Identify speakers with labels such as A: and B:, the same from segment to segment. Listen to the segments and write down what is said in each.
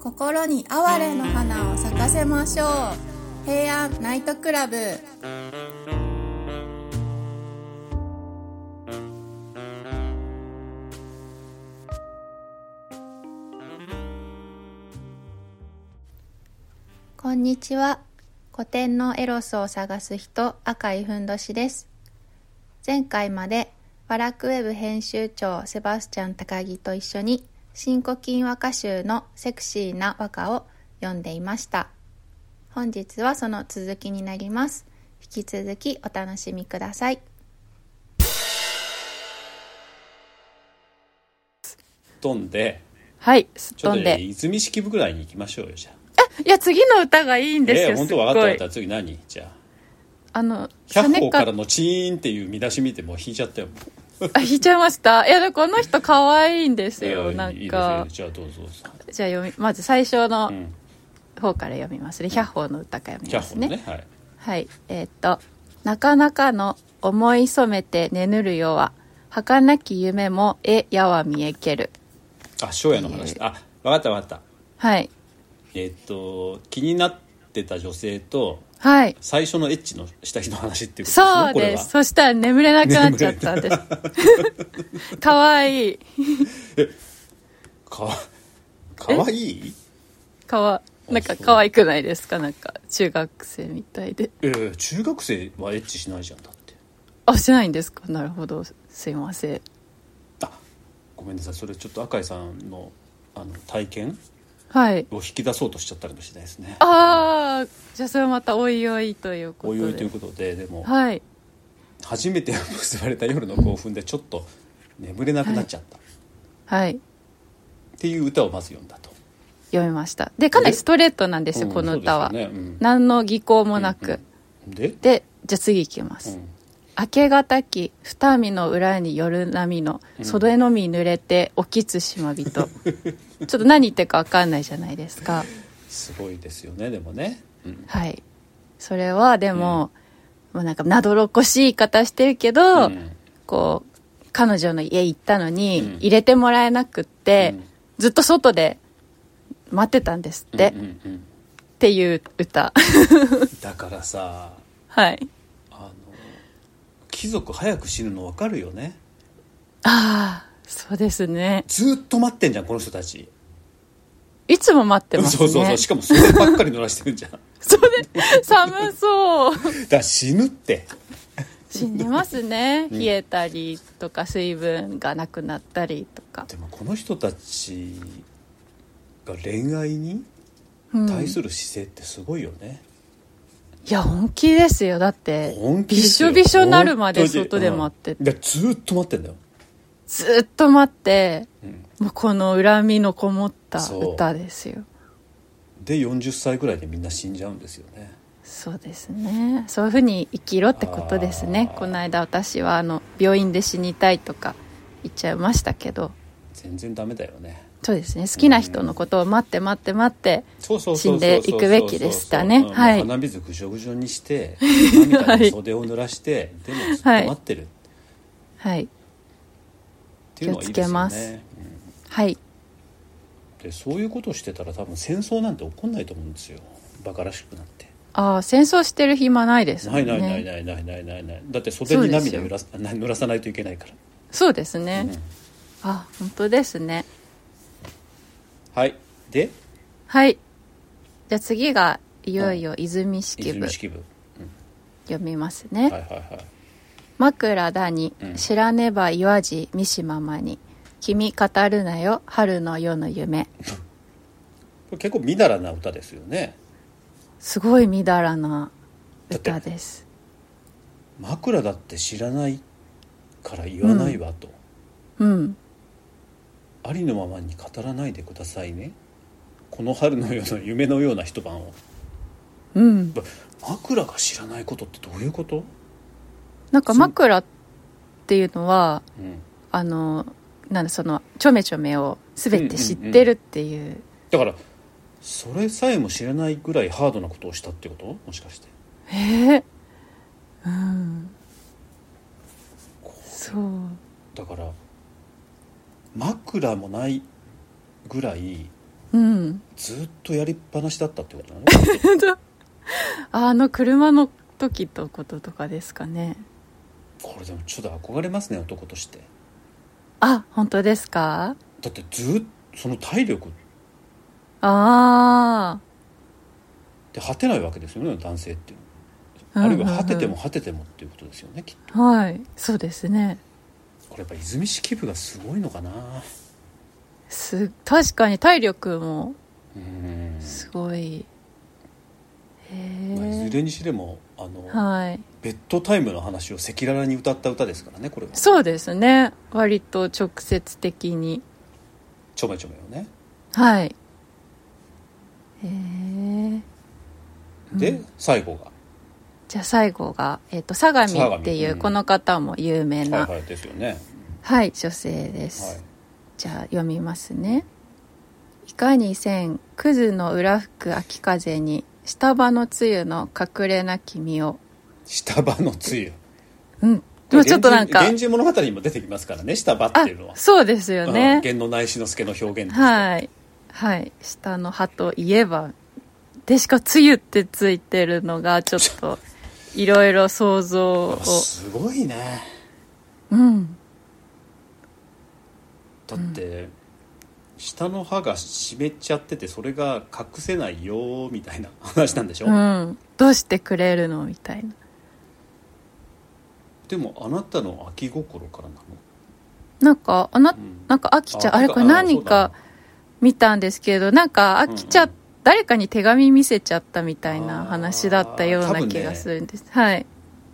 A: 心に哀れの花を咲かせましょう平安ナイトクラブこんにちは古典のエロスを探す人赤いふんどしです前回までワラクウェブ編集長セバスチャン高木と一緒に新古今和歌集のセクシーな和歌を読んでいました本日はその続きになります引き続きお楽しみください
B: 飛んで
C: はい、すっ
B: ちょっ
C: 飛
B: と
C: ん
B: ね
C: で。
B: 泉式部ぐらいに行きましょうよじゃあ
C: いや、次の歌がいいんですよ。
B: えー本当
C: すっ
B: 分か
C: ご
B: った分
C: い
B: かった次何じゃあ
C: あの、サ
B: 百
C: ネ
B: 歩か
C: から
B: のチーンっていう見出し見てもう引いちゃったよ
C: あ、引いちゃいました。いや、でこの人可愛いんですよ。
B: い
C: な
B: や
C: ん
B: いいです
C: か
B: よ。じゃあどうぞどうぞ
C: じゃあ読み、まず最初
B: う
C: の
B: ん
C: 方から読みますね。百歩の歌から読み
B: キャ
C: ま
B: ッ
C: す
B: ホの
C: ね。
B: ねはい
C: はい。えーっと、なかなかの思い染めて寝ぬるよは、儚き夢もえやは見えける。
B: あ庄屋の話だあ分かった分かった
C: はい。
B: えっと気になってた女性と
C: はい。
B: 最初のエッチのした人の話っていうことね
C: そう
B: これ
C: で
B: は
C: す。そしたら眠れなくなっちゃったんです。 可愛いい。
B: かわかわいい
C: かわなんか可愛くないですかなんか中学生みたいで
B: えー中学生はエッチしないじゃんだって
C: あしないんですかなるほどすいません
B: あごめんなさいそれちょっと赤井さんのあの体験
C: はい
B: を引き出そうとしちゃったかもしれないですね
C: ああじゃあそれはまたおいおいということ
B: お
C: で
B: いおいということででも
C: はい
B: 初めて結ばれた夜の興奮でちょっと眠れなくなっちゃった、
C: はい
B: っていう歌をまず読んだと
C: 読みましたでかなりストレートなんですよ
B: うん
C: この歌
B: そ
C: は、
B: うですよねうん
C: 何の技巧もなく、
B: で、
C: でじゃあ次いきま
B: う
C: す、
B: ん、
C: 明け方き二見の裏に夜波の袖のみ濡れて起きつしまび とちょっと何言ってるか分かんないじゃないですか
B: すごいですよねでもね、うん
C: はい。それはでも、もうなんかなどろっこしい言い方してるけど、
B: うん
C: こう、彼女の家行ったのに、
B: うん
C: 入れてもらえなくって、
B: うん
C: ずっと外で待ってたんですって、
B: う
C: っ
B: んうん
C: ていう歌。
B: うんだからさ
C: はい。
B: あの貴族早く死ぬの分かるよね
C: ああ、そうですね。
B: ずーっと待ってんじゃんこの人たち、
C: いつも待ってますね。
B: そうそうそうしかもそればっかり乗らしてるじゃんだか
C: それ、寒そう。
B: ら死ぬって
C: 死にますね。冷えたりとか、水分がなくなったりとか。
B: でもこの人たちが恋愛に
C: うん
B: 対する姿勢ってすごいよね、
C: いや、本気ですよ。だって、
B: 本気で
C: び
B: す
C: し
B: よ
C: ょびしょになるまで
B: 本当に
C: 外で待って
B: うんだからずーっと待ってんだよ、
C: ずっと待って、
B: うん
C: もうこの恨みのこもった
B: そう
C: 歌ですよ
B: で40歳ぐらいでみんな死んじゃうんですよね
C: そうですねそういうふうに生きろってことですね
B: あー
C: この間私はあの病院で死にたいとか言っちゃいましたけど
B: 全然ダメだよね
C: そうですね好きな人のことを待って待って待って
B: そうそうそうそう
C: 死んでいくべきでしたね
B: そうそうそう
C: はい
B: もう鼻水ぐしょぐしょにして涙 に袖を濡らして、でもずっと待ってる
C: はい
B: っていうのはいいですよね、
C: 気をつけますはい
B: うんでそういうことをしてたら多分戦争なんて起こんないと思うんですよバカらしくなって
C: ああ戦争してる暇ないですも
B: なんい
C: ね
B: ないないないないないないないだって袖に涙濡らすな濡らさないといけないから
C: そうですね、あ本当ですね
B: はいで
C: はいじゃあ次がいよいよ泉式部
B: 泉式部、
C: 読みますね、
B: はいはいはい
C: 枕だに
B: うん
C: 知らねば言わじ三島まに君語るなよ春の夜の夢
B: これ結構みだらな歌ですよね
C: すごいみだらな
B: だって
C: 歌です
B: 枕だって知らないから言わないわと、
C: うん
B: ありのままに語らないでくださいねこの春のような夢のような一晩を
C: うん
B: ぶ枕が知らないことってどういうこと、
C: なんか枕っていうのは
B: うん、
C: あのなんだそのちょめちょめを全て知ってるっていう,、
B: だからそれさえも知らないぐらいハードなことをしたってこともしかして
C: えーうんそう
B: だから枕もないぐらい
C: うん
B: ずっとやりっぱなしだったって ことなの
C: ああの車の時とこととかですかね
B: これでもちょっと憧れますね男として
C: あ本当ですか
B: だってずっとその体力っ
C: ああ
B: て果てないわけですよね男性っていう
C: うん
B: あ
C: うん
B: る
C: う
B: い
C: ん
B: は果てても果ててもっていうことですよねきっと
C: はいそうですね
B: これやっぱ泉式部がすごいのかな
C: す確かに体力も
B: うん、
C: すごいへ
B: まあいず
C: え
B: れにしれもあの、
C: はい
B: ベッドタイムの話を赤裸々に歌った歌ですからねこれは
C: そうですね割と直接的に
B: ちょめちょめをね
C: はいへえ
B: で、
C: うん
B: 最後が
C: じゃあ最後が、えっと相模ってい
B: 相模う
C: うんこの方も有名な、
B: はいはいですよね
C: はい、女性です、
B: はい
C: じゃあ読みますねいかに千くずの裏吹く秋風に下場の露の隠れな君を
B: 下場の露
C: うんでもちょっとなんか
B: 源氏源氏物語にも出てきますからね下場っ
C: あ
B: ていうのは
C: そうですよ
B: うん
C: ね
B: 源内志之助の表現として
C: はいはい下の葉といえばでしか露ってついてるのがちょっといろいろ想像
B: や
C: を
B: っぱすごいね
C: うん
B: だって、下の歯が湿っちゃっててそれが隠せないよーみたいな話なんでしょ、
C: うんどうしてくれるのみたいな
B: でもあなたの秋心からなの
C: なんかあな
B: うん
C: なんか飽きちゃう
B: あ
C: あれ
B: てか
C: これ何か見たんですけどなんか飽きちゃ、
B: うんうん
C: 誰かに手紙見せちゃったみたいな話だったよう
B: あー多
C: な
B: 分ね
C: 気がするんです、はい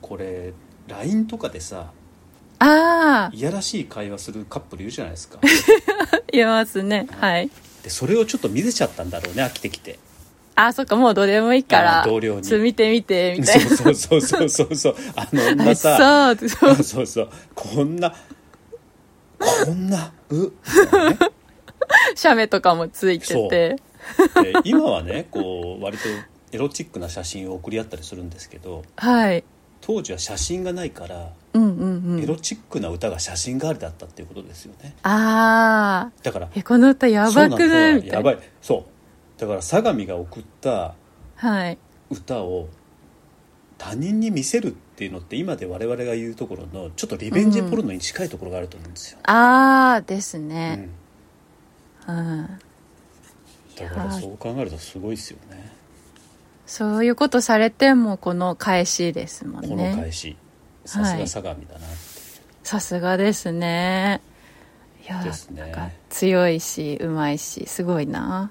B: これ LINE とかでさ
C: ああ
B: いやらしい会話するカップルいるじゃないです か
C: いますねはい
B: でそれをちょっと見せちゃったんだろうね飽きてきて
C: あーそっかもうどうでもいいか
B: あ
C: ら
B: ー同僚に
C: ちょっと見て見てみたいな
B: そうそうそうそうそうあの
C: あ
B: また
C: そうそう
B: そうそうこんなこんなうみたいなね
C: 写メとかもつい
B: そ
C: て
B: う
C: て
B: で今はねこう割とエロチックな写真を送り合ったりするんですけど
C: はい
B: 当時は写真がないから、
C: うんうんう
B: エ
C: ん
B: ロチックな歌が写真代わりだったっていうことですよね
C: ああ
B: だから
C: えこの歌やばく
B: そうな
C: ない
B: のそう
C: み
B: の
C: た
B: や
C: い
B: ば
C: ない
B: そうだから相模が送った
C: はい
B: 歌を他人に見せるっていうのって今で我々が言うところのちょっとリベンジポルノに近いところがあると思うんですよ、
C: ああです
B: うん
C: ねうん
B: だからそう考えるとすごいですよね
C: そういうことされてもこの返しですもん
B: この
C: ね
B: 返しさすが相模だな、
C: さすがですねいや
B: ですね
C: なんか強いしうまいしすごいな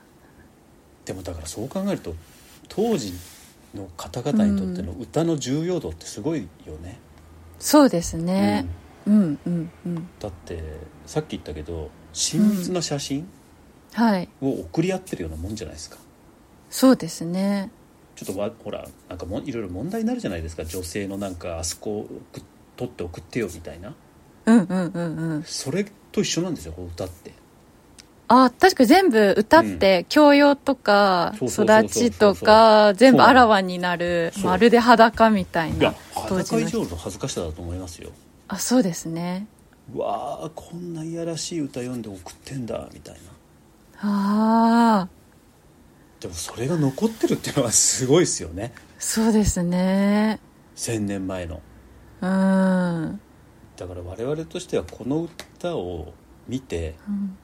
B: でもだからそう考えると当時の方々にとっての歌の重要度ってすごいよね、
C: そうです
B: う
C: ね
B: ん、
C: うんうんうん
B: だってさっき言ったけど親密な写真
C: はい
B: を送り合ってるようなもんじゃないですか
C: そうですね
B: ちょっとわほらなんかもいろいろ問題になるじゃないですか女性のなんかあそこを送っ取って送ってよみたいな
C: うんうんうんうん
B: それと一緒なんですよこう歌って
C: あ確か全部歌って教養とか
B: そうそうそうそう
C: 育ちとか全部
B: そう
C: あらわになる
B: そう
C: まるで裸みたい
B: いや
C: な当時
B: 裸以
C: の人
B: 上の恥ずかしさだと思いますよ
C: あそうですね
B: うわあこんないやらしい歌読んで送ってんだみたいな
C: ああ
B: でもそれが残ってるっていうのはすごいですよね
C: そうですね
B: 1000年前の
C: うんうん
B: だから我々としてはこの歌を見て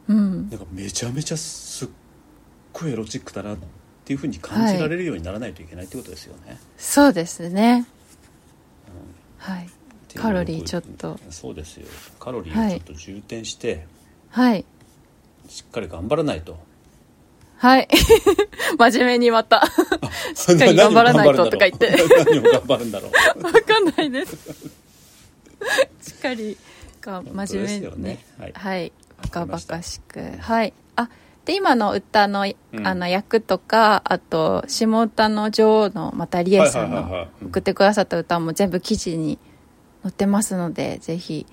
C: うん
B: なんかめちゃめちゃすっごいエロチックだなっていうふうに感じられるようにならないといけないってことですよね、
C: そうですね
B: うん
C: はい
B: っていう
C: カロリーちょっと
B: そうですよカロリーをちょっと充填して、
C: はい
B: しっかり頑張らないと
C: はい 真面目にまたしっかり頑張らないととか言って
B: 何を頑張るんだろう
C: わかんないですしっかりが真面
B: 本
C: 目
B: 当ですよ
C: に
B: ね
C: ね
B: はい
C: はい
B: わか
C: バカ
B: りま
C: バ
B: した
C: カしくはいあで今の歌の,、
B: うん
C: あの役とかあと下歌の女王のまたりえさん
B: はいはいはい
C: の
B: はいうん
C: 送ってくださった歌も全部記事に載ってますのでぜひ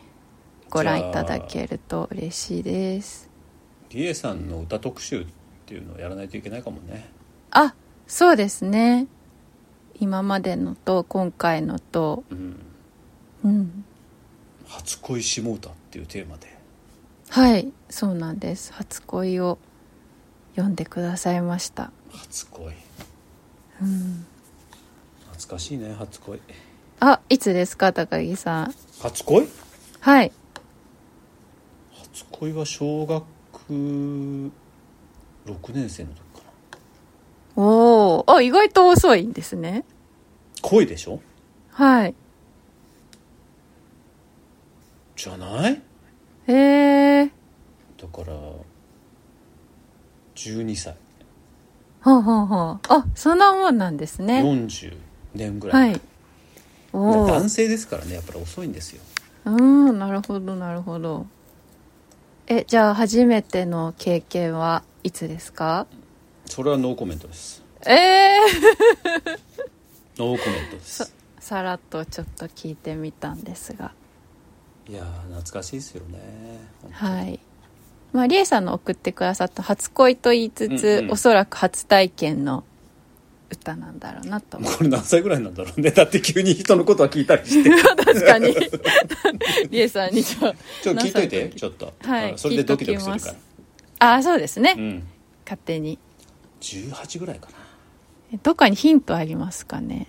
C: ご覧いただけると嬉しいです
B: リエさんの歌特集っていうのをやらないといけないかもね
C: あそうですね今までのと今回のと
B: うん
C: うん
B: 「初恋下歌」っていうテーマで
C: はいそうなんです初恋を読んでくださいました、
B: 初恋
C: うん、
B: 懐かしいね初恋
C: あいつですか高木さん
B: 初恋
C: はい
B: 初恋は小学6年生の時かな
C: おーあ意外と遅いんですね
B: 恋でしょ
C: はい
B: じゃない
C: へえ
B: だから12歳
C: はあ、はあはあ、あそんなもんなんですね
B: 40年ぐら、
C: はいいお
B: まあ
C: お
B: 男性ですからねやっぱり遅いんですよ
C: うんなるほどなるほどえじゃあ初めての経験はいつですか
B: それはノーコメントです
C: ええ
B: ノーコメントです
C: さらっとちょっと聞いてみたんですが
B: いやー懐かしいですよね
C: はいまありえさんの送ってくださった初恋と言いつつ、
B: うんうん
C: おそらく初体験の歌なんだろうなと思う
B: これ何歳ぐらいなんだろうねだって急に人のことは聞いたり して
C: 確か にりえさんにちょ
B: ちょっと聞いといて
C: 何歳の時
B: ちょっと、
C: はい
B: あそれでドキドキするか
C: 聞いとき
B: ら
C: あそうですね、
B: うん
C: 勝手に
B: 18ぐらいかな
C: えどっかにヒントありますかね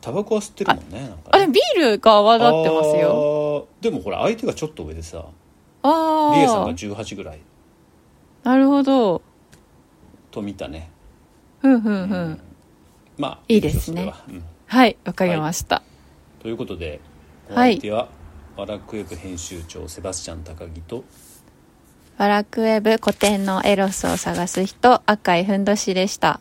B: タバコは吸ってるもんねなんか
C: あ
B: ね
C: れビールが泡立ってますよ
B: あーでもほら相手がちょっと上でさ
C: ああ
B: リエさんが18ぐらい
C: なるほど
B: と見たね
C: ふんふんふん、
B: まあ
C: いいですね
B: いいでしょうそれはうん
C: はいわかりました、
B: ということでお
C: はい
B: 相手は、ワラクウェブ編集長セバスチャン高木と
C: ワラクウェブ古典のエロスを探す人赤いふんどしでした